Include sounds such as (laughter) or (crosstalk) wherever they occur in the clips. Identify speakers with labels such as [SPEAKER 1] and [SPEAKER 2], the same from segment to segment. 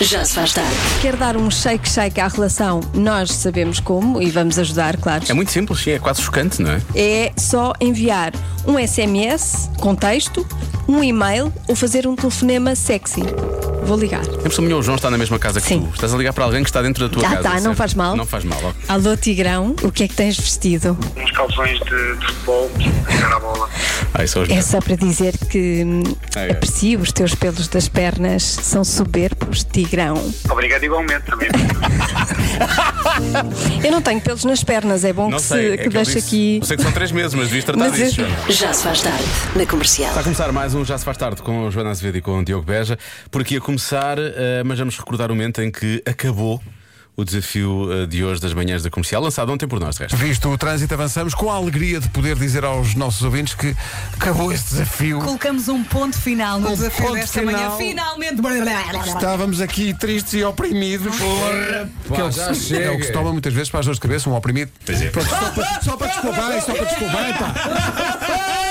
[SPEAKER 1] Já se faz tarde.
[SPEAKER 2] Quer dar um shake shake à relação? Nós sabemos como e vamos ajudar, claro.
[SPEAKER 3] É muito simples, sim, é quase chocante, não é?
[SPEAKER 2] É só enviar um SMS com texto, um e-mail ou fazer um telefonema sexy. Vou ligar.
[SPEAKER 3] Sempre melhor o João está na mesma casa que
[SPEAKER 2] Sim.
[SPEAKER 3] tu. Estás a ligar para alguém que está dentro da tua
[SPEAKER 2] Ah,
[SPEAKER 3] casa.
[SPEAKER 2] tá, não
[SPEAKER 3] certo?
[SPEAKER 2] faz mal.
[SPEAKER 3] Não faz mal, ok.
[SPEAKER 2] Alô, Tigrão, o que é que tens vestido?
[SPEAKER 4] uns calções de, de futebol a jogar a bola.
[SPEAKER 3] Ah, isso é os
[SPEAKER 2] É
[SPEAKER 3] meus.
[SPEAKER 2] só para dizer que hum,
[SPEAKER 3] Ai, ai.
[SPEAKER 2] aprecio os teus pelos das pernas, são soberbos, Tigrão.
[SPEAKER 4] Obrigado igualmente também.
[SPEAKER 2] Eu não tenho pelos nas pernas, é bom
[SPEAKER 3] Não
[SPEAKER 2] que,
[SPEAKER 3] sei,
[SPEAKER 2] se,
[SPEAKER 3] é
[SPEAKER 2] que
[SPEAKER 3] que eu
[SPEAKER 2] deixe
[SPEAKER 3] disse-
[SPEAKER 2] aqui.
[SPEAKER 3] Eu sei que são três meses, mas devias tratar
[SPEAKER 2] Mas é.
[SPEAKER 3] disso,
[SPEAKER 2] eu-
[SPEAKER 3] João.
[SPEAKER 1] Já se faz tarde na comercial.
[SPEAKER 3] Está a começar mais um Já se faz tarde com o Joana Azevedo e com o Diogo Beja. Por aqui a começar, eh, mas vamos recordar o momento em que acabou o desafio eh, de hoje das manhãs da comercial, lançado ontem por nós, de (laughs) resto.
[SPEAKER 5] Visto o trânsito, avançamos com a alegria de poder dizer aos nossos ouvintes que acabou esse desafio.
[SPEAKER 6] Colocamos um ponto final no
[SPEAKER 5] Um
[SPEAKER 6] desafio
[SPEAKER 5] ponto
[SPEAKER 6] desta
[SPEAKER 5] final.
[SPEAKER 6] manhã. Finalmente.
[SPEAKER 5] Estávamos aqui tristes e oprimidos. Que é, o que, se- é o que se toma muitas vezes para as dores de cabeça, um oprimido.
[SPEAKER 7] é.
[SPEAKER 5] Pronto, só para, só para desculpar, é só para desculpar, pá.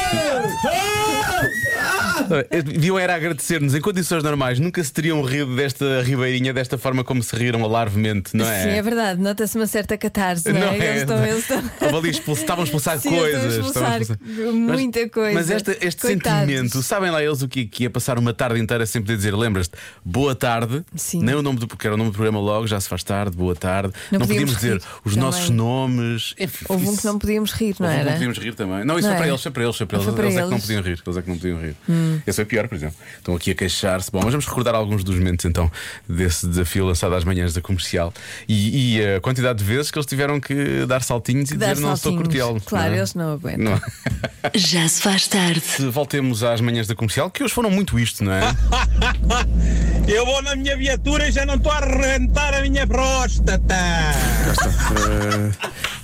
[SPEAKER 3] Viam Eh, era agradecer-nos. Em condições normais, nunca se teriam rido desta ribeirinha, desta forma como se riram alarvemente, não é?
[SPEAKER 8] Sim, é verdade, nota-se uma certa catarse, não, é? Eles estão, eles estão...
[SPEAKER 3] (laughs) Estava ali expul- estavam a
[SPEAKER 8] (laughs)
[SPEAKER 3] expulsar
[SPEAKER 8] Sim, eles
[SPEAKER 3] coisas.
[SPEAKER 8] estão a expulsar
[SPEAKER 3] Mas-
[SPEAKER 8] muita coisa.
[SPEAKER 3] Mas esta- este
[SPEAKER 8] Coitados.
[SPEAKER 3] sentimento, sabem lá eles o que, é que é passar uma tarde inteira sempre a dizer, lembras-te, boa tarde,
[SPEAKER 8] Sim.
[SPEAKER 3] nem o nome do, porque era o nome do programa logo, já se faz tarde, boa tarde.
[SPEAKER 8] Não
[SPEAKER 3] podíamos
[SPEAKER 8] podíamos
[SPEAKER 3] dizer
[SPEAKER 8] rir
[SPEAKER 3] os
[SPEAKER 8] também.
[SPEAKER 3] nossos nomes. Enfim,
[SPEAKER 8] Houve um
[SPEAKER 3] isso-
[SPEAKER 8] que não podíamos rir, não
[SPEAKER 3] houve um que
[SPEAKER 8] era?
[SPEAKER 3] podíamos rir também. Não, isso
[SPEAKER 8] Não
[SPEAKER 3] foi para
[SPEAKER 8] era?
[SPEAKER 3] eles, foi para eles, foi para eles.
[SPEAKER 8] Foi para
[SPEAKER 3] eles é que não
[SPEAKER 8] eles. Hum.
[SPEAKER 3] podiam rir. Eles é que não podiam rir. Esse foi pior, por exemplo. Estão aqui a queixar-se. Bom, mas vamos recordar alguns dos momentos então desse desafio lançado às manhãs da comercial e, e a quantidade de vezes que eles tiveram que dar saltinhos e
[SPEAKER 8] Dar
[SPEAKER 3] dizer não estou a
[SPEAKER 8] saltinhos.
[SPEAKER 3] curti-lo.
[SPEAKER 8] Claro,
[SPEAKER 3] é?
[SPEAKER 8] eles não aguentam.
[SPEAKER 3] Não.
[SPEAKER 1] Já se faz tarde.
[SPEAKER 3] Se Voltemos às manhãs da comercial, que hoje foram muito
[SPEAKER 8] (laughs)
[SPEAKER 3] isto, não é?
[SPEAKER 9] Eu vou na minha viatura e já não estou a arrebentar a minha próstata.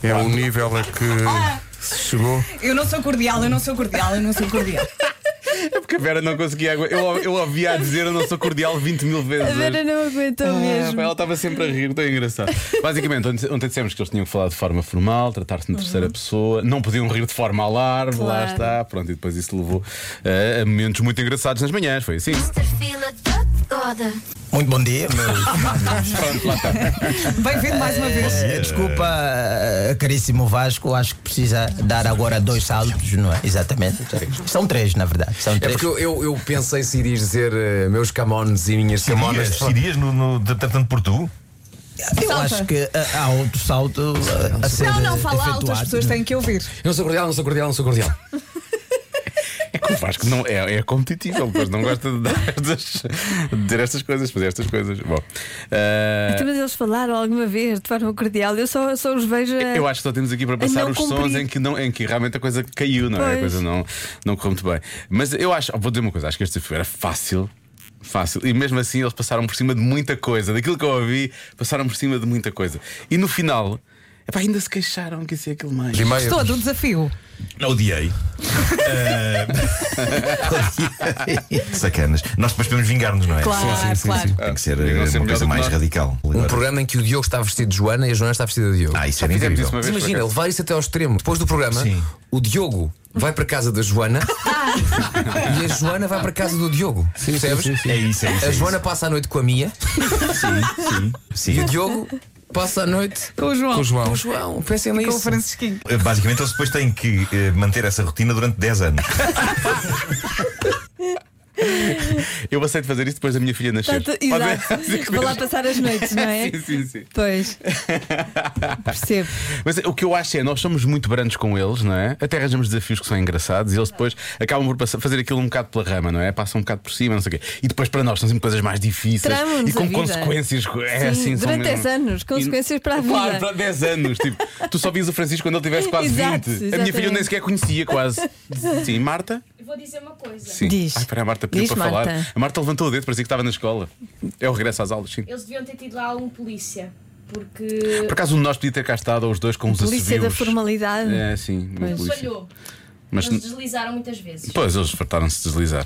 [SPEAKER 5] É o nível a que se chegou.
[SPEAKER 6] Eu não sou cordial, eu não sou cordial, eu não sou cordial.
[SPEAKER 3] É porque a Vera não conseguia aguentar. Eu, eu ouvia a dizer eu não sou cordial 20 mil vezes.
[SPEAKER 8] A Vera não aguentou
[SPEAKER 3] Ah,
[SPEAKER 8] mesmo.
[SPEAKER 3] pá, Ela estava sempre a rir, tão
[SPEAKER 8] (laughs)
[SPEAKER 3] engraçado. Basicamente, ontem, ontem dissemos que eles tinham que falar de forma formal, tratar-se na terceira pessoa, não podiam rir de forma alarme, lá
[SPEAKER 8] Uhum. Claro.
[SPEAKER 3] está. Pronto, e depois isso levou eh, a momentos muito engraçados nas manhãs, foi assim.
[SPEAKER 10] Muito bom dia, mas
[SPEAKER 6] Bem-vindo mais uma vez.
[SPEAKER 7] É,
[SPEAKER 10] eh, desculpa, eh, caríssimo Vasco, acho que precisa dar agora dois saltos, não é? Exatamente. São três, na verdade. São
[SPEAKER 7] É
[SPEAKER 10] três.
[SPEAKER 7] porque eu, eu, eu pensei se irias dizer eh, meus camones e minhas camonas.
[SPEAKER 11] Sirias no, no tratando por tu?
[SPEAKER 10] Eu acho que eh, há outro salto eh, a ser
[SPEAKER 6] Não, não,
[SPEAKER 10] eh,
[SPEAKER 6] fala alto, as
[SPEAKER 10] efetuado.
[SPEAKER 6] pessoas têm que ouvir.
[SPEAKER 7] Eu é não sou cordial, não sou cordial, não sou cordial.
[SPEAKER 3] É que o Vasco não, é, é competitivo, ele depois não gosta de, dar (laughs) estas, de dizer estas coisas, fazer estas coisas. Bom, eh,
[SPEAKER 8] Então, Mas eles falaram alguma vez de forma cordial, eu só, só os vejo. a-
[SPEAKER 3] É, Eu acho que só temos aqui para passar
[SPEAKER 8] não
[SPEAKER 3] os
[SPEAKER 8] cumprir.
[SPEAKER 3] sons em que, não, em que realmente a coisa caiu, não é? A
[SPEAKER 8] Pois.
[SPEAKER 3] coisa não, não correu muito bem. Mas eu acho, vou dizer uma coisa, acho que este desafio era fácil. Fácil, e mesmo assim eles passaram por cima de muita coisa, daquilo que eu ouvi, passaram por cima de muita coisa. E no final, epá, ainda se queixaram que isso é aquilo mais.
[SPEAKER 5] Primeiro,
[SPEAKER 6] Estou do desafio.
[SPEAKER 11] Não odiei.
[SPEAKER 10] Eh, (laughs)
[SPEAKER 11] Ah, Sacanas. Nós depois podemos vingar-nos, não é?
[SPEAKER 6] Claro, Sim, sim, sim, claro. sim.
[SPEAKER 11] Tem que ser eh,
[SPEAKER 3] Digam sempre
[SPEAKER 11] uma coisa
[SPEAKER 3] melhor
[SPEAKER 11] mais
[SPEAKER 3] do que
[SPEAKER 11] radical.
[SPEAKER 7] Um programa em que o Diogo está vestido de Joana e a Joana está vestida de Diogo.
[SPEAKER 11] Ah, isso era
[SPEAKER 3] Fizemos isso
[SPEAKER 11] incrível.
[SPEAKER 3] uma
[SPEAKER 7] Mas
[SPEAKER 3] vez. por
[SPEAKER 7] imagina,
[SPEAKER 3] acaso.
[SPEAKER 7] levar isso até ao extremo. Depois do programa,
[SPEAKER 11] Sim.
[SPEAKER 7] o Diogo vai para a casa da Joana
[SPEAKER 11] Ah.
[SPEAKER 7] (laughs) e a Joana vai para a casa do Diogo. Percebes?
[SPEAKER 11] É isso, é isso.
[SPEAKER 7] A
[SPEAKER 11] é
[SPEAKER 7] Joana passa a noite com a Mia
[SPEAKER 11] isso.
[SPEAKER 7] e
[SPEAKER 11] Sim.
[SPEAKER 7] o Diogo passa a noite
[SPEAKER 6] Com o João.
[SPEAKER 5] com o João.
[SPEAKER 7] com o João.
[SPEAKER 11] assim, é
[SPEAKER 7] Pensem
[SPEAKER 6] Com o
[SPEAKER 7] nisso.
[SPEAKER 6] Francisquinho.
[SPEAKER 11] Eh, Basicamente, eles depois têm que eh, manter essa rotina durante 10 anos.
[SPEAKER 3] Eu aceito fazer isso depois da minha filha nascer.
[SPEAKER 8] Tanto-
[SPEAKER 3] Pode ver? (laughs)
[SPEAKER 8] Exato. Vou lá passar as noites, não é?
[SPEAKER 3] Sim, sim, sim.
[SPEAKER 8] Pois.
[SPEAKER 3] (laughs)
[SPEAKER 8] Percebo.
[SPEAKER 3] Mas o que eu acho é, nós somos muito brandos com eles, não é? Até arranjamos desafios que são engraçados e eles depois acabam por passar- fazer aquilo um bocado pela rama, não é? Passam um bocado por cima, não sei o quê. E depois para nós são sempre coisas mais difíceis
[SPEAKER 8] Tramam-nos
[SPEAKER 3] e com
[SPEAKER 8] a vida.
[SPEAKER 3] consequências. É
[SPEAKER 8] Sim,
[SPEAKER 3] assim, são
[SPEAKER 8] durante
[SPEAKER 3] mesmo-
[SPEAKER 8] 10 anos, consequências para a
[SPEAKER 3] Claro,
[SPEAKER 8] vida.
[SPEAKER 3] para 10 anos. Tipo, tu só vias o Francisco quando ele tivesse quase
[SPEAKER 8] Exato,
[SPEAKER 3] 20. A minha filha eu nem
[SPEAKER 8] exatamente.
[SPEAKER 3] sequer conhecia quase. Sim, Marta?
[SPEAKER 8] Vou dizer uma coisa.
[SPEAKER 3] Sim.
[SPEAKER 8] Diz.
[SPEAKER 3] Ai, espera, a Marta pediu
[SPEAKER 8] Diz,
[SPEAKER 3] para
[SPEAKER 8] Marta.
[SPEAKER 3] falar. A Marta levantou o dedo, parecia que estava na escola. É o regresso às aulas, sim.
[SPEAKER 8] Eles deviam ter tido lá um polícia, porque
[SPEAKER 3] Por acaso um de nós podia ter cá estado, ou os dois com os
[SPEAKER 8] polícia da
[SPEAKER 3] assobios.
[SPEAKER 8] formalidade.
[SPEAKER 3] É, sim. uma polícia. Mas
[SPEAKER 8] deslizaram muitas vezes.
[SPEAKER 3] Pois, eles fartaram-se de deslizar.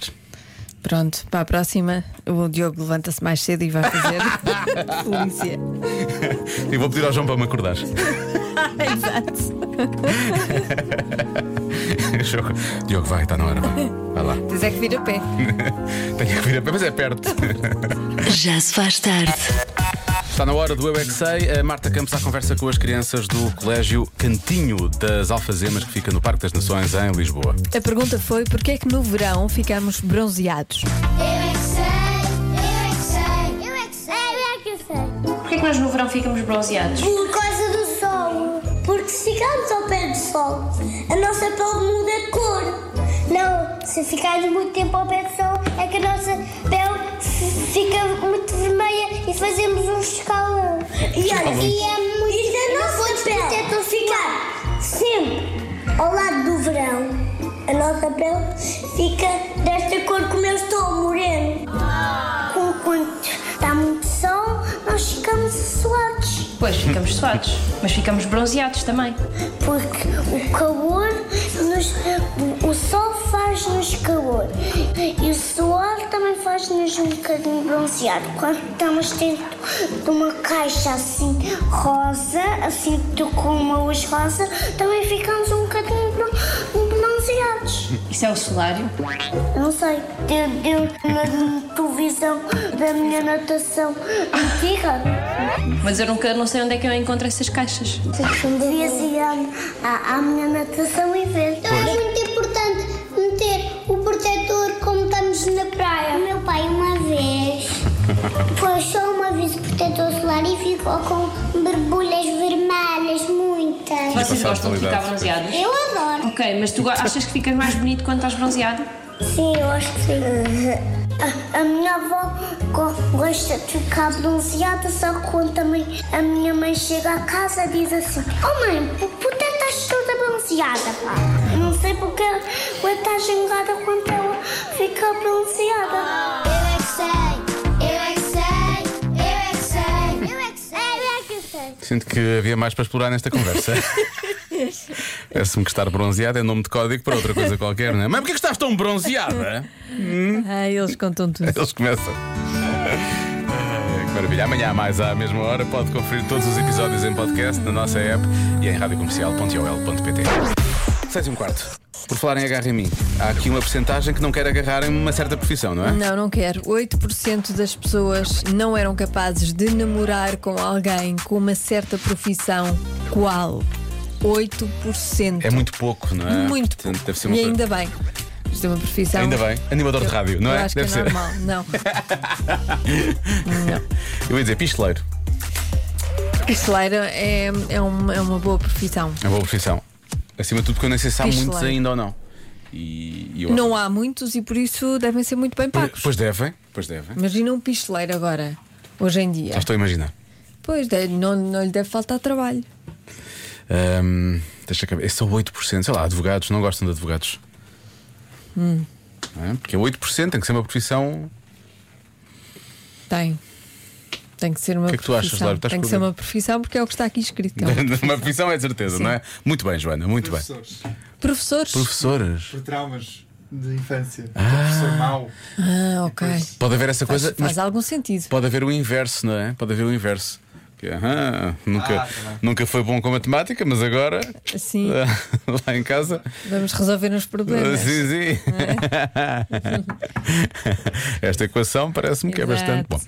[SPEAKER 8] Pronto, para a próxima, o Diogo levanta-se mais cedo e vai
[SPEAKER 3] (laughs)
[SPEAKER 8] fazer polícia.
[SPEAKER 12] (laughs)
[SPEAKER 3] E vou pedir ao João para me acordar.
[SPEAKER 8] Exato.
[SPEAKER 3] (laughs) Jogo. Diogo, vai, está na hora. Vai, vai lá. (laughs)
[SPEAKER 8] Tens é que vir a pé.
[SPEAKER 3] Tenho que vir a pé, mas é (laughs) perto.
[SPEAKER 1] Já se faz tarde.
[SPEAKER 3] Está na hora do Eu é que Sei. A Marta Campos à conversa com as crianças do Colégio Cantinho das Alfazemas, que fica no Parque das Nações, em Lisboa.
[SPEAKER 8] A pergunta foi: porquê é que no verão ficamos bronzeados?
[SPEAKER 12] Porquê que nós no verão ficamos bronzeados?
[SPEAKER 13] Por causa do sol. Porque se ficarmos ao pé do sol, a nossa pele muda de cor. Não, se ficarmos muito tempo ao pé do sol, é que a nossa pele f- fica muito vermelha e fazemos um escalão. E
[SPEAKER 12] Escalão.
[SPEAKER 13] aqui é muito. E a nossa pele tentam ficar sempre ao lado do verão. A nossa pele fica desta cor como eu estou, moreno. Com- Quando está muito sol, nós ficamos suados.
[SPEAKER 12] Pois, ficamos suados,
[SPEAKER 14] (laughs)
[SPEAKER 12] mas ficamos bronzeados também.
[SPEAKER 13] Porque o calor, nos, o sol faz-nos calor e o suor também faz-nos um bocadinho bronzeado. Quando estamos dentro de uma caixa assim rosa, assim tu- com uma luz rosa, também ficamos um bocadinho bron- bronzeados.
[SPEAKER 12] Isso é o solário?
[SPEAKER 13] Eu Não sei, eu, eu na televisão da minha natação antiga.
[SPEAKER 12] Mas eu nunca não sei onde é que eu encontro essas caixas.
[SPEAKER 13] Devias ir à- à, à minha natação e ver. Então é muito importante meter o protetor como estamos na praia. meu pai, uma vez, pôs só uma vez o protetor solar e ficou com borbulhas vermelhas, muitas.
[SPEAKER 12] Vocês gostam de ficar bronzeados?
[SPEAKER 13] Eu adoro.
[SPEAKER 12] Ok, mas tu go- achas que ficas mais bonito quando estás bronzeado?
[SPEAKER 13] Sim, eu acho que sim. A, a minha avó go- gosta de ficar bronzeada, só que quando também a minha mãe chega a casa diz assim: Oh mãe, por por que estás toda bronzeada? Pá? Não sei porque ela está zangada quando ela fica bronzeada. Eu é que sei, eu é que sei, eu é que sei, eu é que sei, eu é que sei.
[SPEAKER 3] Sinto que havia mais para explorar
[SPEAKER 8] (laughs)
[SPEAKER 3] nesta conversa. Parece-me que estar bronzeado é nome de código para outra coisa qualquer, não é? Mas porquê que estás tão bronzeada? Hum?
[SPEAKER 8] Ah, eles contam tudo.
[SPEAKER 3] Eles começam. Ah, Que maravilha. Amanhã, mais à mesma hora, pode conferir todos os episódios em podcast, na nossa app e em radiocomercial.ol.pt. 6 e um quarto. Por falar em agarra em mim, há aqui uma porcentagem que não quer agarrar em uma certa profissão, não é?
[SPEAKER 8] Não, não quero. 8% das pessoas não eram capazes de namorar com alguém com uma certa profissão. Qual? 8%.
[SPEAKER 3] É muito pouco, não é?
[SPEAKER 8] Muito
[SPEAKER 3] Portanto, deve ser
[SPEAKER 8] E
[SPEAKER 3] uma coisa-
[SPEAKER 8] ainda bem. Isto é uma profissão.
[SPEAKER 3] Ainda bem. Animador de
[SPEAKER 8] Eu-
[SPEAKER 3] rádio, não
[SPEAKER 8] eu
[SPEAKER 3] é?
[SPEAKER 8] Acho
[SPEAKER 3] Deve
[SPEAKER 8] que é
[SPEAKER 3] ser.
[SPEAKER 8] normal.
[SPEAKER 3] (laughs)
[SPEAKER 8] Não.
[SPEAKER 3] Eu ia dizer pistoleiro.
[SPEAKER 8] Pistoleiro é, é, uma, é uma boa profissão.
[SPEAKER 3] É uma boa profissão. Acima de tudo, porque eu nem sei se há
[SPEAKER 8] Pistoleiro.
[SPEAKER 3] muitos ainda ou não. E, e eu-
[SPEAKER 8] Não há muitos e por isso devem ser muito bem pagos.
[SPEAKER 3] Pois devem, pois devem.
[SPEAKER 8] Imagina um pistoleiro agora, hoje em dia.
[SPEAKER 3] Já estou a imaginar.
[SPEAKER 8] Pois, de- não, não lhe deve faltar trabalho.
[SPEAKER 3] Ahm, deixa eu ver. É só 8%. Sei lá, advogados não gostam de advogados.
[SPEAKER 8] Hum,
[SPEAKER 3] não é? Porque 8% tem que ser uma profissão.
[SPEAKER 8] tem. Tem que ser uma
[SPEAKER 3] O que é que tu achas,
[SPEAKER 8] profissão.
[SPEAKER 3] Laura? Estás
[SPEAKER 8] Tem que
[SPEAKER 3] por
[SPEAKER 8] ser
[SPEAKER 3] mim?
[SPEAKER 8] uma profissão porque é o que está aqui escrito. Então,
[SPEAKER 3] (laughs) uma profissão é de certeza,
[SPEAKER 8] Sim.
[SPEAKER 3] não é? Muito bem, Joana, muito bem.
[SPEAKER 8] Professores.
[SPEAKER 3] Professoras.
[SPEAKER 15] Por traumas de infância.
[SPEAKER 3] Ah.
[SPEAKER 15] Professor mau.
[SPEAKER 8] Ah, ok.
[SPEAKER 3] Pode haver essa coisa.
[SPEAKER 8] Faz, faz algum sentido.
[SPEAKER 3] Pode haver o inverso, não é? Pode haver o inverso. Que, aham, nunca,
[SPEAKER 8] Ah, tá bem.
[SPEAKER 3] nunca foi bom com matemática, mas agora.
[SPEAKER 8] Sim.
[SPEAKER 3] (laughs) lá em casa.
[SPEAKER 8] Vamos resolver os problemas.
[SPEAKER 3] Sim, sim. Esta equação parece-me que é
[SPEAKER 8] É. Exato.
[SPEAKER 3] bastante bom.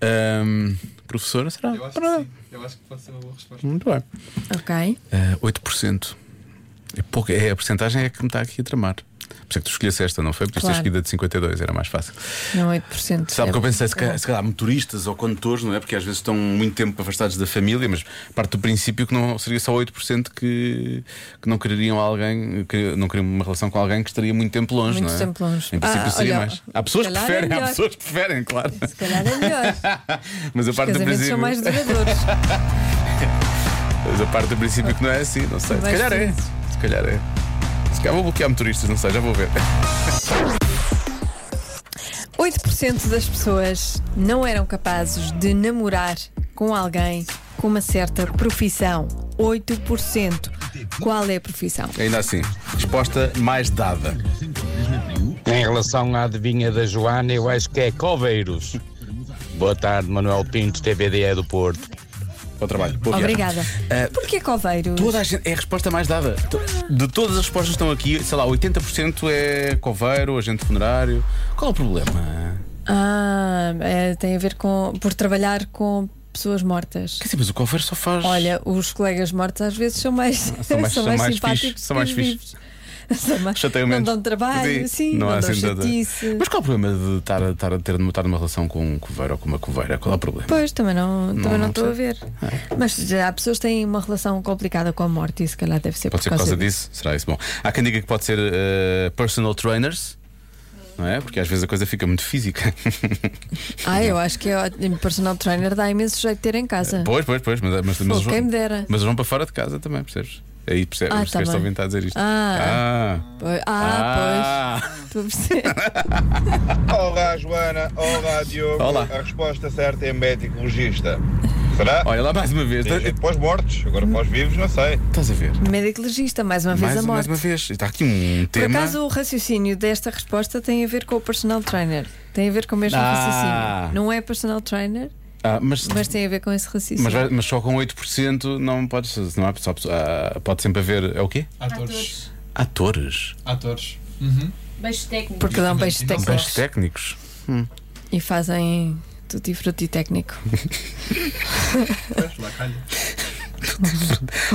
[SPEAKER 3] Ahm, professora, será?
[SPEAKER 15] Eu acho que sim. Eu acho que pode ser uma boa resposta.
[SPEAKER 3] Muito bem.
[SPEAKER 8] Ok.
[SPEAKER 3] Ah, 8%. É pouco, é a porcentagem é que me está aqui a tramar. Por isso é que tu escolheste esta, não foi? Por isso
[SPEAKER 8] Claro.
[SPEAKER 3] ter escolhido a de 52, era mais fácil.
[SPEAKER 8] Não 8%.
[SPEAKER 3] Sabe o
[SPEAKER 8] é
[SPEAKER 3] que eu pensei? Se
[SPEAKER 8] muito
[SPEAKER 3] calhar, se calhar motoristas ou condutores, não é? Porque às vezes estão muito tempo afastados da família, mas parte do princípio que não seria só 8% que, que não quereriam alguém, que não queriam uma relação com alguém que estaria muito tempo longe,
[SPEAKER 8] Muito
[SPEAKER 3] não é?
[SPEAKER 8] tempo longe.
[SPEAKER 3] Em princípio
[SPEAKER 8] Ah,
[SPEAKER 3] seria
[SPEAKER 8] olha,
[SPEAKER 3] mais. Há pessoas
[SPEAKER 8] se
[SPEAKER 3] que
[SPEAKER 8] calhar é
[SPEAKER 3] preferem, há
[SPEAKER 8] melhor.
[SPEAKER 3] pessoas que preferem, claro.
[SPEAKER 8] Se calhar é melhor.
[SPEAKER 3] (laughs) Mas a
[SPEAKER 8] Os
[SPEAKER 3] parte do
[SPEAKER 8] casamentos
[SPEAKER 3] princípio.
[SPEAKER 8] são mais duradouros.
[SPEAKER 3] Mas a parte do princípio que não é assim, não sei. Se
[SPEAKER 8] Mais
[SPEAKER 3] calhar é.
[SPEAKER 8] felizes.
[SPEAKER 3] Se calhar é. Se calhar vou bloquear motoristas, não sei, já vou ver.
[SPEAKER 8] 8% das pessoas não eram capazes de namorar com alguém com uma certa profissão. 8%. Qual é a profissão?
[SPEAKER 3] Ainda assim, resposta mais dada.
[SPEAKER 9] Em relação à adivinha da Joana, eu acho que é coveiros. Boa tarde, Manuel Pinto, TVDE do Porto.
[SPEAKER 3] Bom trabalho. Boa viagem.
[SPEAKER 8] Obrigada.
[SPEAKER 3] Ah,
[SPEAKER 8] Porquê coveiros?
[SPEAKER 3] Toda a gente, é a resposta mais dada. To- De todas as respostas que estão aqui, sei lá, 80% é coveiro, agente funerário. Qual é o problema?
[SPEAKER 8] Ah, é, tem a ver com. por trabalhar com pessoas mortas.
[SPEAKER 3] Quer dizer, mas o coveiro só faz.
[SPEAKER 8] Olha, os colegas mortos às vezes (laughs) são mais,
[SPEAKER 3] São mais- são mais
[SPEAKER 8] simpáticos.
[SPEAKER 3] fixe, são
[SPEAKER 8] que
[SPEAKER 3] mais
[SPEAKER 8] os
[SPEAKER 3] fixe.
[SPEAKER 8] vivos. (laughs) São mais-
[SPEAKER 3] Chateiam
[SPEAKER 8] não
[SPEAKER 3] menos.
[SPEAKER 8] dão trabalho, sim, não,
[SPEAKER 3] há
[SPEAKER 8] dão
[SPEAKER 3] assim tanta-
[SPEAKER 8] chatice.
[SPEAKER 3] Mas qual é o problema de estar, a- estar a ter estar numa relação com um coveiro ou com uma coveira? Qual é o problema?
[SPEAKER 8] Pois, também não
[SPEAKER 3] Não,
[SPEAKER 8] estou também não
[SPEAKER 3] não É.
[SPEAKER 8] estou a ver. Mas já, há pessoas que têm uma relação complicada com a morte e se calhar deve ser
[SPEAKER 3] Pode ser por causa disso? Será isso? Bom, há quem diga que pode ser eh, personal trainers, não é? Porque às vezes a coisa fica muito
[SPEAKER 8] (laughs)
[SPEAKER 3] física.
[SPEAKER 8] Ah, eu acho que é ótimo. personal trainer dá imenso jeito de ter em casa.
[SPEAKER 3] pois, pois, pois, mas, mas, mas,
[SPEAKER 8] Pô,
[SPEAKER 3] eles
[SPEAKER 8] quem me
[SPEAKER 3] vão,
[SPEAKER 8] dera.
[SPEAKER 3] mas eles vão para fora de casa também, percebes? Aí percebes,
[SPEAKER 8] Ah, tá
[SPEAKER 3] percebes
[SPEAKER 8] bem.
[SPEAKER 3] alguém está a dizer isto.
[SPEAKER 8] Ah.
[SPEAKER 3] ah.
[SPEAKER 8] Pois- ah,
[SPEAKER 3] Ah.
[SPEAKER 8] pois. (laughs) Estou a perceber.
[SPEAKER 16] Olá, Joana. Olá, Diogo.
[SPEAKER 3] Olá.
[SPEAKER 16] A resposta certa é médico-legista. Será?
[SPEAKER 3] Olha lá mais uma vez.
[SPEAKER 16] Tem
[SPEAKER 14] É.
[SPEAKER 16] jeito para os mortos, agora para os vivos, não sei.
[SPEAKER 3] Estás a ver?
[SPEAKER 8] Médico legista, mais uma vez
[SPEAKER 3] mais,
[SPEAKER 8] a morte.
[SPEAKER 3] mais uma vez. Está aqui um
[SPEAKER 8] Por
[SPEAKER 3] tema.
[SPEAKER 8] acaso o raciocínio desta resposta tem a ver com o personal trainer. Tem a ver com o mesmo
[SPEAKER 3] Ah.
[SPEAKER 8] raciocínio. Não é personal trainer,
[SPEAKER 3] Ah, mas,
[SPEAKER 8] mas é- tem a ver com esse raciocínio.
[SPEAKER 3] mas vai- mas só com 8% não pode ser. Não há, só, ah, pode sempre haver. É o quê?
[SPEAKER 15] Atores.
[SPEAKER 3] Atores.
[SPEAKER 15] Atores.
[SPEAKER 8] Beijo técnico. Porque dão beijos
[SPEAKER 3] Mas
[SPEAKER 8] técnicos.
[SPEAKER 3] técnicos.
[SPEAKER 8] E fazem tutti frutti técnico.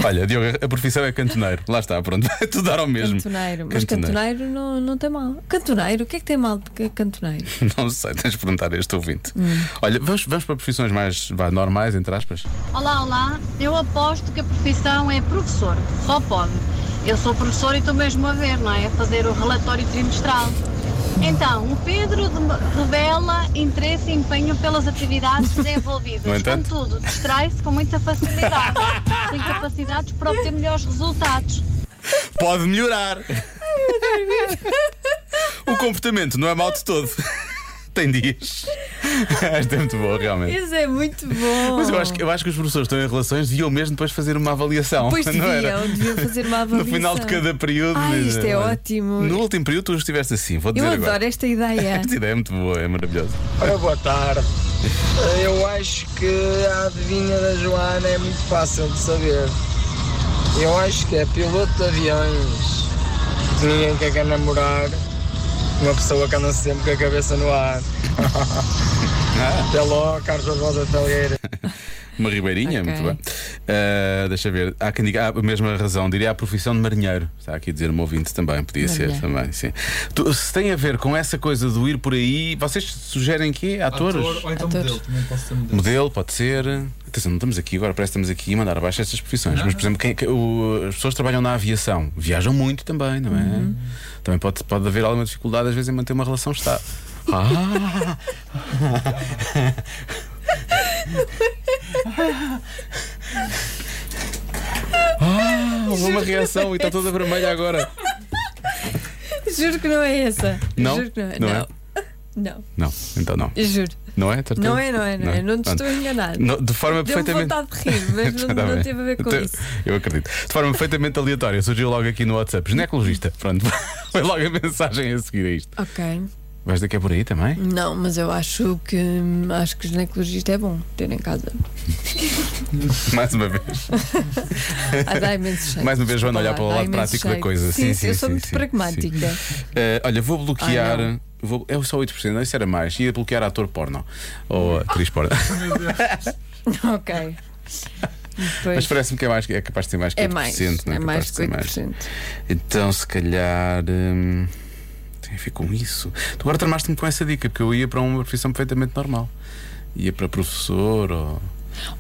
[SPEAKER 3] Olha, Diogo, a profissão é cantoneiro. Lá está, pronto. Vai tudo dar ao
[SPEAKER 8] Hum.
[SPEAKER 3] mesmo.
[SPEAKER 8] Cantoneiro. Mas cantoneiro não, não tem mal. Cantoneiro, o que é que tem mal de ca- cantoneiro?
[SPEAKER 3] Não sei, tens de perguntar a este ouvinte.
[SPEAKER 8] Hum.
[SPEAKER 3] Olha, vamos, vamos para profissões mais vá, normais, entre aspas.
[SPEAKER 17] Olá, olá. Eu aposto que a profissão é professor. Só pode. Eu sou professor e estou mesmo a ver, não é? A fazer o relatório trimestral. Então, o Pedro de- revela interesse e empenho pelas atividades
[SPEAKER 3] No
[SPEAKER 14] (laughs)
[SPEAKER 17] desenvolvidas.
[SPEAKER 3] entanto?
[SPEAKER 17] Contudo, distrai-se com muita facilidade. Tem capacidades para obter melhores resultados.
[SPEAKER 3] Pode melhorar. o comportamento não é mau de todo. Tem dias. Esta é muito boa, realmente.
[SPEAKER 8] Isso é muito bom.
[SPEAKER 3] Mas eu acho, que- é eu acho que os professores estão em relações e eu mesmo depois fazer uma avaliação.
[SPEAKER 8] Pois
[SPEAKER 3] não era?
[SPEAKER 8] deviam, deviam fazer uma
[SPEAKER 3] No
[SPEAKER 8] avaliação.
[SPEAKER 3] final de cada período.
[SPEAKER 8] Ai,
[SPEAKER 3] dizer,
[SPEAKER 8] isto é
[SPEAKER 3] olha,
[SPEAKER 8] ótimo.
[SPEAKER 3] No último período tu estiveste assim, vou dizer
[SPEAKER 8] Eu
[SPEAKER 3] agora.
[SPEAKER 8] adoro esta
[SPEAKER 3] (laughs)
[SPEAKER 8] ideia.
[SPEAKER 3] Esta ideia é muito boa, é maravilhosa.
[SPEAKER 18] Ora, boa tarde. Eu acho que a adivinha da Joana é muito fácil de saber. Eu acho que é piloto de aviões. que Ninguém quer quer namorar. Uma pessoa que anda sempre com a cabeça no ar. Até logo, Carlos Barbosa Felgueira.
[SPEAKER 3] Uma ribeirinha,
[SPEAKER 18] Ok.
[SPEAKER 3] muito bem. Ah, deixa ver. Há quem diga, ah, a mesma razão, diria a profissão de marinheiro. Está aqui a dizer um ouvinte também, podia ser
[SPEAKER 18] Marinheiro.
[SPEAKER 3] também, sim. Tu- se tem a ver com essa coisa do ir por aí, vocês sugerem que é? atores?
[SPEAKER 15] Ator, ou então modelo. Também posso ser modelo.
[SPEAKER 3] Modelo, pode ser. Atenção, não estamos aqui agora, parece que estamos aqui a mandar abaixo estas profissões. Mas, por exemplo, quem- é que- o- as pessoas que trabalham na aviação, viajam muito também, não é?
[SPEAKER 8] Uhum.
[SPEAKER 3] Também pode, pode haver alguma dificuldade, às vezes, em manter uma
[SPEAKER 8] (laughs)
[SPEAKER 3] relação estável. Ah! ah! Houve uma reação e está toda vermelha agora.
[SPEAKER 8] Juro que não é essa.
[SPEAKER 3] Não?
[SPEAKER 8] Juro que não é.
[SPEAKER 3] Não
[SPEAKER 8] Não. (laughs)
[SPEAKER 3] é?
[SPEAKER 8] Não.
[SPEAKER 3] Não, então não.
[SPEAKER 8] Juro.
[SPEAKER 3] Não é? Certeza?
[SPEAKER 8] Não é, não é, não é. Não te
[SPEAKER 3] Pronto.
[SPEAKER 8] estou a enganar.
[SPEAKER 3] Não, de forma
[SPEAKER 8] Deu-me
[SPEAKER 3] perfeitamente.
[SPEAKER 8] vontade de rir,
[SPEAKER 3] (laughs)
[SPEAKER 8] mas não,
[SPEAKER 3] Tá
[SPEAKER 8] não
[SPEAKER 3] bem.
[SPEAKER 8] teve a ver com
[SPEAKER 3] Então,
[SPEAKER 8] isso.
[SPEAKER 3] Eu acredito. De forma perfeitamente aleatória, surgiu logo aqui no WhatsApp. Ginecologista. Pronto, (laughs) foi logo a mensagem a seguir a isto.
[SPEAKER 8] Ok.
[SPEAKER 3] Vais daqui a por aí também? (laughs)
[SPEAKER 8] Não, mas eu acho que acho que ginecologista é bom ter em casa.
[SPEAKER 3] Mais uma vez.
[SPEAKER 8] Ah, dá
[SPEAKER 3] (laughs)
[SPEAKER 8] imenso jeito.
[SPEAKER 3] Mais uma vez, Joana,
[SPEAKER 8] Desculpa
[SPEAKER 3] olhar
[SPEAKER 8] lá,
[SPEAKER 3] para o
[SPEAKER 8] dá
[SPEAKER 3] lado
[SPEAKER 8] imenso
[SPEAKER 3] prático da
[SPEAKER 8] jeito.
[SPEAKER 3] coisa.
[SPEAKER 8] Sim,
[SPEAKER 3] Sim,
[SPEAKER 8] eu
[SPEAKER 3] sim,
[SPEAKER 8] sou
[SPEAKER 3] sim,
[SPEAKER 8] muito
[SPEAKER 3] sim,
[SPEAKER 8] pragmática.
[SPEAKER 3] Eh, olha, vou bloquear.
[SPEAKER 8] Ai, não.
[SPEAKER 3] vou, é só 8%, não, isso era mais. Ia bloquear ator porno.
[SPEAKER 8] Hum.
[SPEAKER 3] Ou atriz porno.
[SPEAKER 8] (laughs) Ah, ok. Pois.
[SPEAKER 3] Mas parece-me que é, mais, é capaz de ser mais que
[SPEAKER 8] É
[SPEAKER 3] 8%.
[SPEAKER 8] mais,
[SPEAKER 3] não
[SPEAKER 8] é
[SPEAKER 3] capaz
[SPEAKER 8] mais
[SPEAKER 3] de
[SPEAKER 8] que
[SPEAKER 3] ser
[SPEAKER 8] 8%.
[SPEAKER 3] Então, se calhar. hum, tem a ver com isso. Tu agora tramaste-me com essa dica, porque eu ia para uma profissão perfeitamente normal. Ia para professor ou.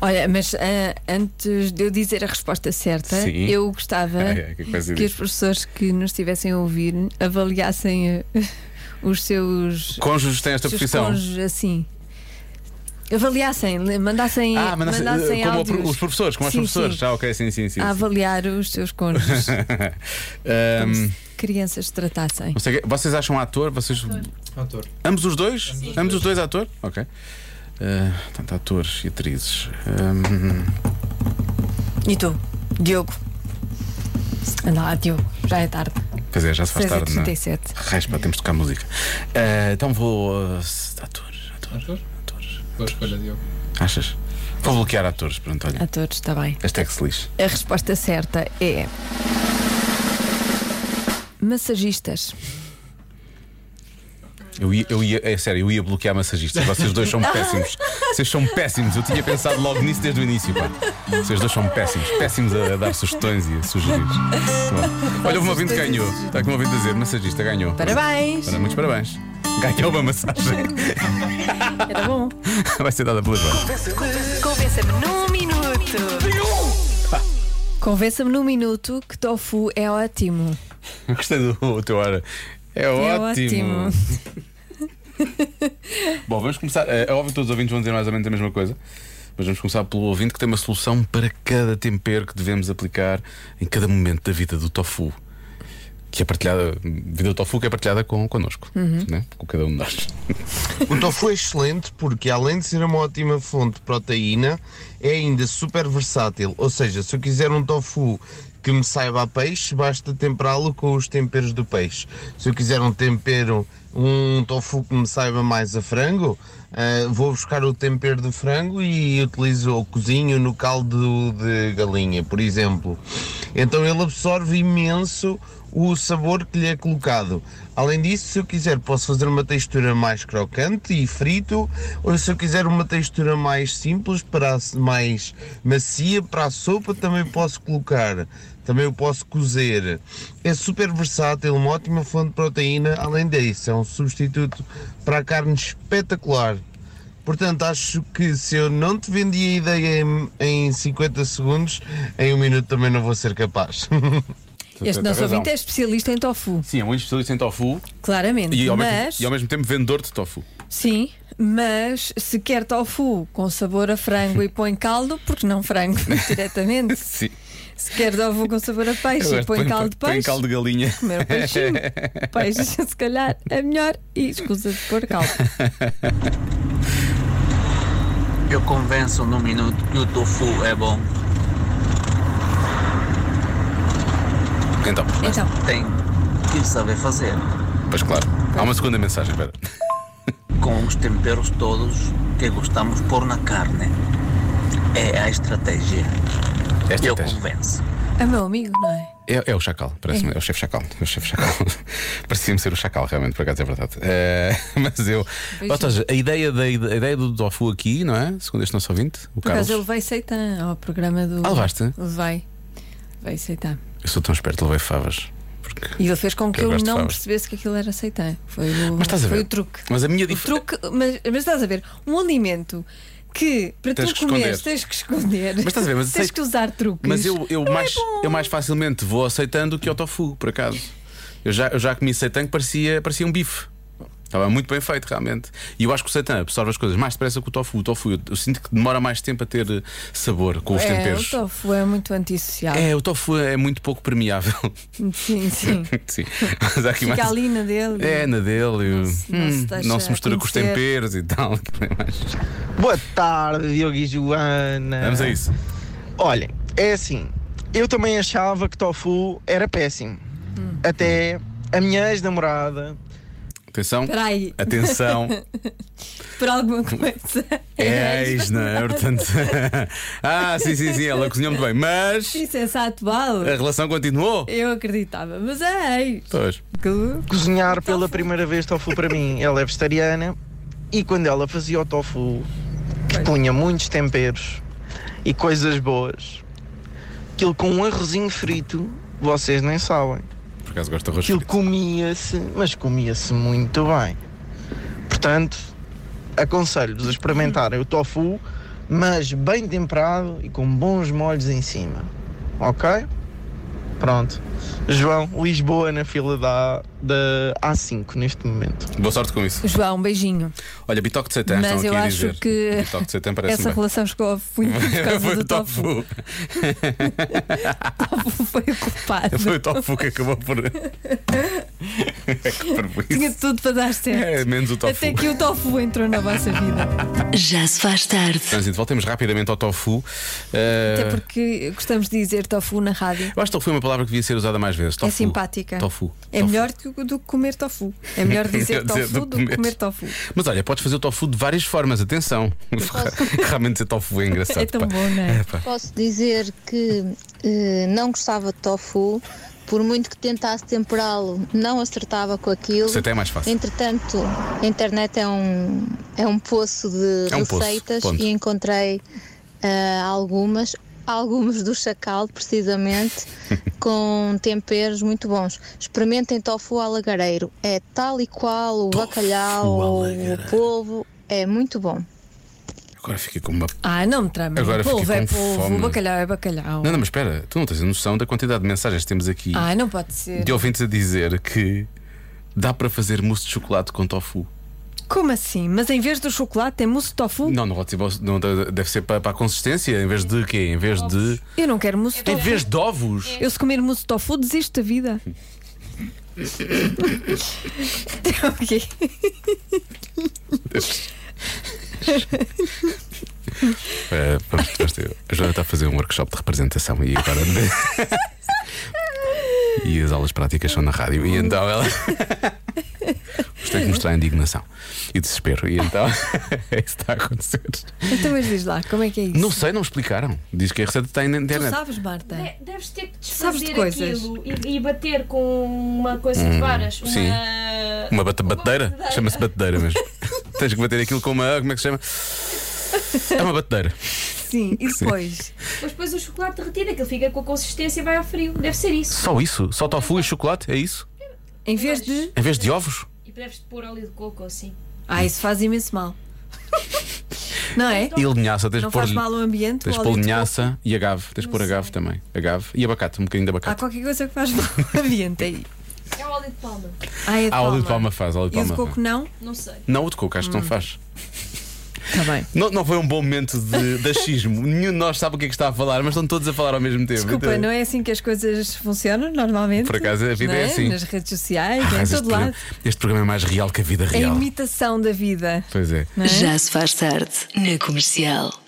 [SPEAKER 8] Olha, mas ah, antes de eu dizer a resposta certa,
[SPEAKER 3] Sim.
[SPEAKER 8] eu gostava
[SPEAKER 3] (laughs) Ai, ai, que coisa
[SPEAKER 8] que
[SPEAKER 3] diz.
[SPEAKER 8] os professores que nos estivessem a ouvir avaliassem eh, (laughs) os seus
[SPEAKER 3] Cônjuges têm esta
[SPEAKER 8] os seus
[SPEAKER 3] profissão?
[SPEAKER 8] cônjuges, assim. Avaliassem, le- mandassem,
[SPEAKER 3] Ah, mas não sei,
[SPEAKER 8] mandassem
[SPEAKER 3] como
[SPEAKER 8] áudios
[SPEAKER 3] os professores, como os
[SPEAKER 8] Sim,
[SPEAKER 3] professores.
[SPEAKER 8] sim,
[SPEAKER 3] Ah, ok, sim, sim, sim.
[SPEAKER 8] a
[SPEAKER 3] sim.
[SPEAKER 8] avaliar os seus
[SPEAKER 3] (laughs)
[SPEAKER 8] cônjuges,
[SPEAKER 3] Hum,
[SPEAKER 8] crianças se tratassem.
[SPEAKER 3] não sei o quê. vocês acham ator? Vocês.
[SPEAKER 15] Ator.
[SPEAKER 3] Ambos os dois? Ambos os dois ator? Ok. Ah, Portanto, atores e atrizes. Hum,
[SPEAKER 8] E tu, Diogo? Anda lá, Diogo, já é tarde.
[SPEAKER 3] Pois é, já se faz
[SPEAKER 8] Seis e
[SPEAKER 3] tarde, não é?
[SPEAKER 8] 37.
[SPEAKER 3] Respa, temos de tocar música. Ah, então vou. ah, ator, ator.
[SPEAKER 15] Boa escolha, Diogo.
[SPEAKER 3] Achas? Vou bloquear atores, pronto, olha.
[SPEAKER 8] A todos, está tá bem.
[SPEAKER 3] Hashtag se lixe.
[SPEAKER 8] A resposta certa é. Massagistas.
[SPEAKER 3] Eu ia, eu ia, é sério, eu ia bloquear massagistas. Vocês dois (laughs) são péssimos. Vocês são péssimos. Eu tinha pensado logo nisso desde o início, pá. Vocês dois são péssimos. Péssimos a, a dar sugestões e a sugerir. Bom. Olha, o meu ouvinte ganhou. Está aqui um ouvinte a dizer: massagista ganhou.
[SPEAKER 8] Parabéns.
[SPEAKER 3] Ora, Muitos parabéns. Ganhou uma massagem. (laughs)
[SPEAKER 8] Era bom.
[SPEAKER 3] Vai ser dada pelas bandas.
[SPEAKER 8] Convença-me num minuto. Convença-me num minuto que tofu é ótimo.
[SPEAKER 3] Gostei do o teu ar. É,
[SPEAKER 8] É
[SPEAKER 3] ótimo.
[SPEAKER 8] ótimo.
[SPEAKER 3] Bom, vamos começar. É é óbvio que todos os ouvintes vão dizer mais ou menos a mesma coisa. Mas vamos começar pelo ouvinte que tem uma solução para cada tempero que devemos aplicar em cada momento da vida do tofu. Que é partilhada, vida do tofu que é partilhada com, connosco,
[SPEAKER 14] Uhum.
[SPEAKER 3] né? com cada um de nós.
[SPEAKER 14] O tofu é excelente porque, além de ser uma ótima fonte de proteína, é ainda super versátil. Ou seja, se eu quiser um tofu que me saiba a peixe, basta temperá-lo com os temperos do peixe. Se eu quiser um tempero, um tofu que me saiba mais a frango, ah, vou buscar o tempero de frango e utilizo ou cozinho no caldo de galinha, por exemplo. Então ele absorve imenso o sabor que lhe é colocado. Além disso, se eu quiser, posso fazer uma textura mais crocante e frito, ou se eu quiser uma textura mais simples, para a- mais macia para a sopa, também posso colocar. Também o posso cozer. É super versátil, uma ótima fonte de proteína. Além disso, é um substituto para a carne espetacular. Portanto, acho que se eu não te vendi a ideia em, em 50 segundos, em um minuto também não vou ser capaz. (laughs)
[SPEAKER 8] Este nosso ouvinte é especialista em tofu,
[SPEAKER 3] Sim, é um especialista em tofu
[SPEAKER 8] claramente.
[SPEAKER 3] e ao,
[SPEAKER 8] mas,
[SPEAKER 3] mesmo, e ao mesmo tempo vendedor de tofu.
[SPEAKER 8] sim, mas se quer tofu com sabor a frango e põe caldo, porque não frango (laughs) diretamente?
[SPEAKER 3] (laughs) Sim.
[SPEAKER 8] Se quer tofu com sabor a peixe e
[SPEAKER 3] Agora
[SPEAKER 8] põe caldo de
[SPEAKER 3] põe
[SPEAKER 8] peixe,
[SPEAKER 3] caldo de galinha.
[SPEAKER 8] comer um
[SPEAKER 3] (laughs)
[SPEAKER 8] peixinho. peixe (laughs) se calhar é melhor e escusa de pôr caldo.
[SPEAKER 19] Eu convenço num minuto que o tofu é bom.
[SPEAKER 3] Então,
[SPEAKER 19] mas tem que saber fazer.
[SPEAKER 3] Pois claro. Há uma segunda mensagem, espera.
[SPEAKER 19] Com os temperos todos que gostamos pôr na carne. É a estratégia. Eu convenço.
[SPEAKER 8] É meu amigo, não é?
[SPEAKER 3] É, é o Chacal, parece-me, é. o chefe Chacal. É o chefe Chacal. (laughs) Parecia-me ser o Chacal, realmente, por acaso é verdade. Eh, (laughs) mas eu.
[SPEAKER 8] Beijinho.
[SPEAKER 3] Ou seja, a ideia, da, a ideia do tofu aqui, não é? Segundo este nosso ouvinte, o
[SPEAKER 8] Por
[SPEAKER 3] Carlos.
[SPEAKER 8] acaso eu levei seitã ao programa do.
[SPEAKER 3] Ah, levaste?
[SPEAKER 8] Levei. Levei seitã.
[SPEAKER 3] Eu sou tão esperto, levei favas.
[SPEAKER 8] E ele fez com que
[SPEAKER 3] Eu
[SPEAKER 8] eu,
[SPEAKER 3] gosto de
[SPEAKER 8] não
[SPEAKER 3] favas.
[SPEAKER 8] percebesse que aquilo era seitã. Foi o,
[SPEAKER 3] Mas estás a
[SPEAKER 8] foi
[SPEAKER 3] ver?
[SPEAKER 8] o truque.
[SPEAKER 3] Mas a minha
[SPEAKER 8] O
[SPEAKER 3] diferença.
[SPEAKER 8] truque, mas, mas estás a ver, um alimento que para
[SPEAKER 3] Tens
[SPEAKER 8] tu
[SPEAKER 3] que
[SPEAKER 8] comeres
[SPEAKER 3] esconder.
[SPEAKER 8] tens que esconder.
[SPEAKER 3] Mas estás a ver,
[SPEAKER 8] (laughs)
[SPEAKER 3] mas
[SPEAKER 8] tens
[SPEAKER 3] sei-
[SPEAKER 8] que usar truques.
[SPEAKER 3] Mas eu, eu,
[SPEAKER 8] Não é
[SPEAKER 3] mais,
[SPEAKER 8] bom.
[SPEAKER 3] eu mais facilmente vou aceitando que ao tofu, por acaso. Eu já, eu já comi seitan que parecia, parecia um bife. Estava muito bem feito, realmente. E eu acho que o seitan absorve as coisas mais depressa que o tofu. O tofu, eu, eu sinto que demora mais tempo a ter eh, sabor com os
[SPEAKER 8] é,
[SPEAKER 3] temperos.
[SPEAKER 8] O tofu é muito antissocial.
[SPEAKER 3] É, o tofu é muito pouco permeável. (laughs)
[SPEAKER 8] Sim, sim.
[SPEAKER 3] Sim. Mas há aqui
[SPEAKER 8] Fica
[SPEAKER 3] mais.
[SPEAKER 8] ali na dele.
[SPEAKER 3] É, na dele. Hum, Não
[SPEAKER 8] se- não se deixa
[SPEAKER 3] mistura com os
[SPEAKER 8] acontecer.
[SPEAKER 3] temperos e tal. (laughs) que é mais-
[SPEAKER 14] Boa tarde, Diogo e Joana.
[SPEAKER 3] Vamos a isso.
[SPEAKER 14] Olhem, é assim, eu também achava que tofu era péssimo. Até a minha ex-namorada.
[SPEAKER 3] Atenção.
[SPEAKER 8] Espera aí. (laughs)
[SPEAKER 3] Atenção.
[SPEAKER 8] Por alguma coisa.
[SPEAKER 3] É
[SPEAKER 8] (laughs)
[SPEAKER 3] ex, não é? Portanto. (laughs) ah, sim, sim, sim, ela cozinhou muito bem. Mas
[SPEAKER 8] Insensato,
[SPEAKER 3] a
[SPEAKER 8] vale.
[SPEAKER 3] relação continuou.
[SPEAKER 8] Eu acreditava, mas é ex.
[SPEAKER 3] Pois.
[SPEAKER 14] Cozinhar pela primeira vez tofu para mim. Ela é vegetariana e quando ela fazia o tofu, que punha muitos temperos e coisas boas, aquilo com um arrozinho frito, vocês nem sabem.
[SPEAKER 3] Por acaso gosto de arroz
[SPEAKER 14] Aquilo comia-se, mas comia-se muito bem. Portanto, aconselho-vos a experimentarem o tofu, mas bem temperado e com bons molhos em cima. Ok? Pronto. João, Lisboa na fila da, da A5 neste momento.
[SPEAKER 3] Boa sorte com isso.
[SPEAKER 8] João, um beijinho.
[SPEAKER 3] Olha, bitoque de seitan,
[SPEAKER 8] mas
[SPEAKER 3] estão
[SPEAKER 8] eu
[SPEAKER 3] aqui a
[SPEAKER 8] acho
[SPEAKER 3] dizer.
[SPEAKER 8] que
[SPEAKER 3] Bitoque de seitan parece
[SPEAKER 8] essa
[SPEAKER 3] bem.
[SPEAKER 8] relação chegou ao fim
[SPEAKER 3] (laughs)
[SPEAKER 8] por causa
[SPEAKER 3] Foi
[SPEAKER 8] do
[SPEAKER 3] o
[SPEAKER 8] tofu.
[SPEAKER 3] tofu.
[SPEAKER 8] Pá,
[SPEAKER 3] (laughs) Foi o tofu que acabou por. (laughs) É, por isso.
[SPEAKER 8] Tinha tudo para dar certo.
[SPEAKER 3] É, menos o tofu.
[SPEAKER 8] Até que o tofu entrou na vossa vida.
[SPEAKER 1] Já se faz tarde.
[SPEAKER 3] Trânsito, voltemos rapidamente ao tofu. Eh,
[SPEAKER 8] Até porque gostamos de dizer tofu na rádio.
[SPEAKER 3] Eu acho que tofu é uma palavra que devia ser usada mais vezes. Tofu.
[SPEAKER 8] É simpática.
[SPEAKER 3] Tofu.
[SPEAKER 8] É melhor que do, do que comer tofu. É
[SPEAKER 3] (laughs)
[SPEAKER 8] melhor dizer tofu do que comer tofu.
[SPEAKER 3] Mas olha, podes fazer o tofu de várias formas, atenção. (laughs) Realmente dizer tofu é engraçado.
[SPEAKER 8] É tão
[SPEAKER 3] pá.
[SPEAKER 8] bom, não é?
[SPEAKER 3] pá.
[SPEAKER 20] Posso dizer que eh, não gostava de tofu, por muito que tentasse temperá-lo, não acertava com aquilo.
[SPEAKER 3] Isso até é mais fácil.
[SPEAKER 20] Entretanto, a internet é um, é um poço de
[SPEAKER 3] É um poço,
[SPEAKER 20] receitas
[SPEAKER 3] ponto.
[SPEAKER 20] e encontrei ah, algumas, algumas do
[SPEAKER 3] (laughs)
[SPEAKER 20] chacal, precisamente, com temperos muito bons. Experimentem tofu à lagareiro. É tal e qual o bacalhau ou o polvo. É muito bom.
[SPEAKER 3] Agora fiquei com uma.
[SPEAKER 8] Ah, não me trama.
[SPEAKER 3] Agora fiquei
[SPEAKER 8] Polvo é
[SPEAKER 3] com
[SPEAKER 8] polvo,
[SPEAKER 3] fome.
[SPEAKER 8] bacalhau é bacalhau.
[SPEAKER 3] Não, não, mas espera, tu não tens a noção da quantidade de mensagens que temos aqui
[SPEAKER 8] Ah, não pode ser.
[SPEAKER 3] de ouvintes a dizer que dá para fazer mousse de chocolate com tofu.
[SPEAKER 8] Como assim? Mas em vez do chocolate tem mousse de tofu?
[SPEAKER 3] Não, não, pode ser mousse- não deve ser para, para a consistência, em vez de quê? Em vez de.
[SPEAKER 8] Eu não quero mousse de
[SPEAKER 3] Em
[SPEAKER 8] tofu.
[SPEAKER 3] vez de ovos?
[SPEAKER 8] Eu se comer mousse de tofu desisto da
[SPEAKER 3] (laughs)
[SPEAKER 8] vida. ok.
[SPEAKER 3] É, vamos- vamos ter- a Joana está a fazer um workshop de representação e agora. é. e as aulas práticas são na rádio. E então ela. Mas tem que mostrar indignação e desespero. E então. (laughs) é isso que está a acontecer.
[SPEAKER 8] Então, mas diz lá, como é que é isso?
[SPEAKER 3] Não sei, né? não me explicaram. Diz que a receita está na
[SPEAKER 8] Tu
[SPEAKER 3] internet.
[SPEAKER 8] sabes, Marta?
[SPEAKER 20] Né?
[SPEAKER 21] Deves ter que
[SPEAKER 8] É. Sabes
[SPEAKER 21] desfazer
[SPEAKER 8] de coisas.
[SPEAKER 21] aquilo e, e bater com uma coisa
[SPEAKER 3] Hum,
[SPEAKER 21] de varas.
[SPEAKER 3] sim.
[SPEAKER 21] Uma...
[SPEAKER 3] Uma bata batedeira? Chama-se batedeira mesmo. Tens que bater aquilo com uma. Como é que se chama? É uma batedeira.
[SPEAKER 8] Sim, e
[SPEAKER 3] Sim.
[SPEAKER 8] depois?
[SPEAKER 21] Mas depois o chocolate derretido, aquilo fica com a consistência e vai ao frio. Deve ser isso.
[SPEAKER 3] Só isso? Só tofu e chocolate? É isso?
[SPEAKER 8] Em vez de.
[SPEAKER 3] Em vez de ovos?
[SPEAKER 21] E deves pôr óleo de coco assim.
[SPEAKER 8] Ah, isso faz imenso
[SPEAKER 3] (laughs)
[SPEAKER 8] mal. Não é?
[SPEAKER 3] E linhaça, tens
[SPEAKER 8] Não
[SPEAKER 3] de pôr-
[SPEAKER 8] faz mal ao ambiente?
[SPEAKER 3] Tens
[SPEAKER 8] o
[SPEAKER 3] de pôr
[SPEAKER 8] óleo de
[SPEAKER 3] linhaça e agave. Tens de pôr agave também. Agave e abacate, um bocadinho de
[SPEAKER 8] coco. Há
[SPEAKER 3] abacate.
[SPEAKER 8] qualquer coisa que faz mal (laughs) ao ambiente aí.
[SPEAKER 21] É o óleo de palma.
[SPEAKER 8] Ah, é de
[SPEAKER 3] Ah, óleo de palma faz, óleo de
[SPEAKER 8] E o de
[SPEAKER 3] palma
[SPEAKER 8] coco não?
[SPEAKER 21] Não sei.
[SPEAKER 3] Não, o de coco acho que não
[SPEAKER 8] Hum.
[SPEAKER 3] faz.
[SPEAKER 8] Está bem.
[SPEAKER 3] Não, não foi um bom momento de, de achismo. Nenhum de nós sabe o que é que está a falar, mas estão todos a falar ao mesmo tempo.
[SPEAKER 8] (laughs) Desculpa,
[SPEAKER 3] Então,
[SPEAKER 8] não é assim que as coisas funcionam normalmente?
[SPEAKER 3] Por acaso, a vida
[SPEAKER 8] Não
[SPEAKER 3] é assim.
[SPEAKER 8] Nas redes sociais,
[SPEAKER 3] arrasa
[SPEAKER 8] em
[SPEAKER 3] este,
[SPEAKER 8] todo lado.
[SPEAKER 3] programa, este programa é mais real que a vida
[SPEAKER 8] A
[SPEAKER 3] real.
[SPEAKER 8] imitação da vida.
[SPEAKER 3] Pois é.
[SPEAKER 8] Não é?
[SPEAKER 1] Já se faz tarde na comercial.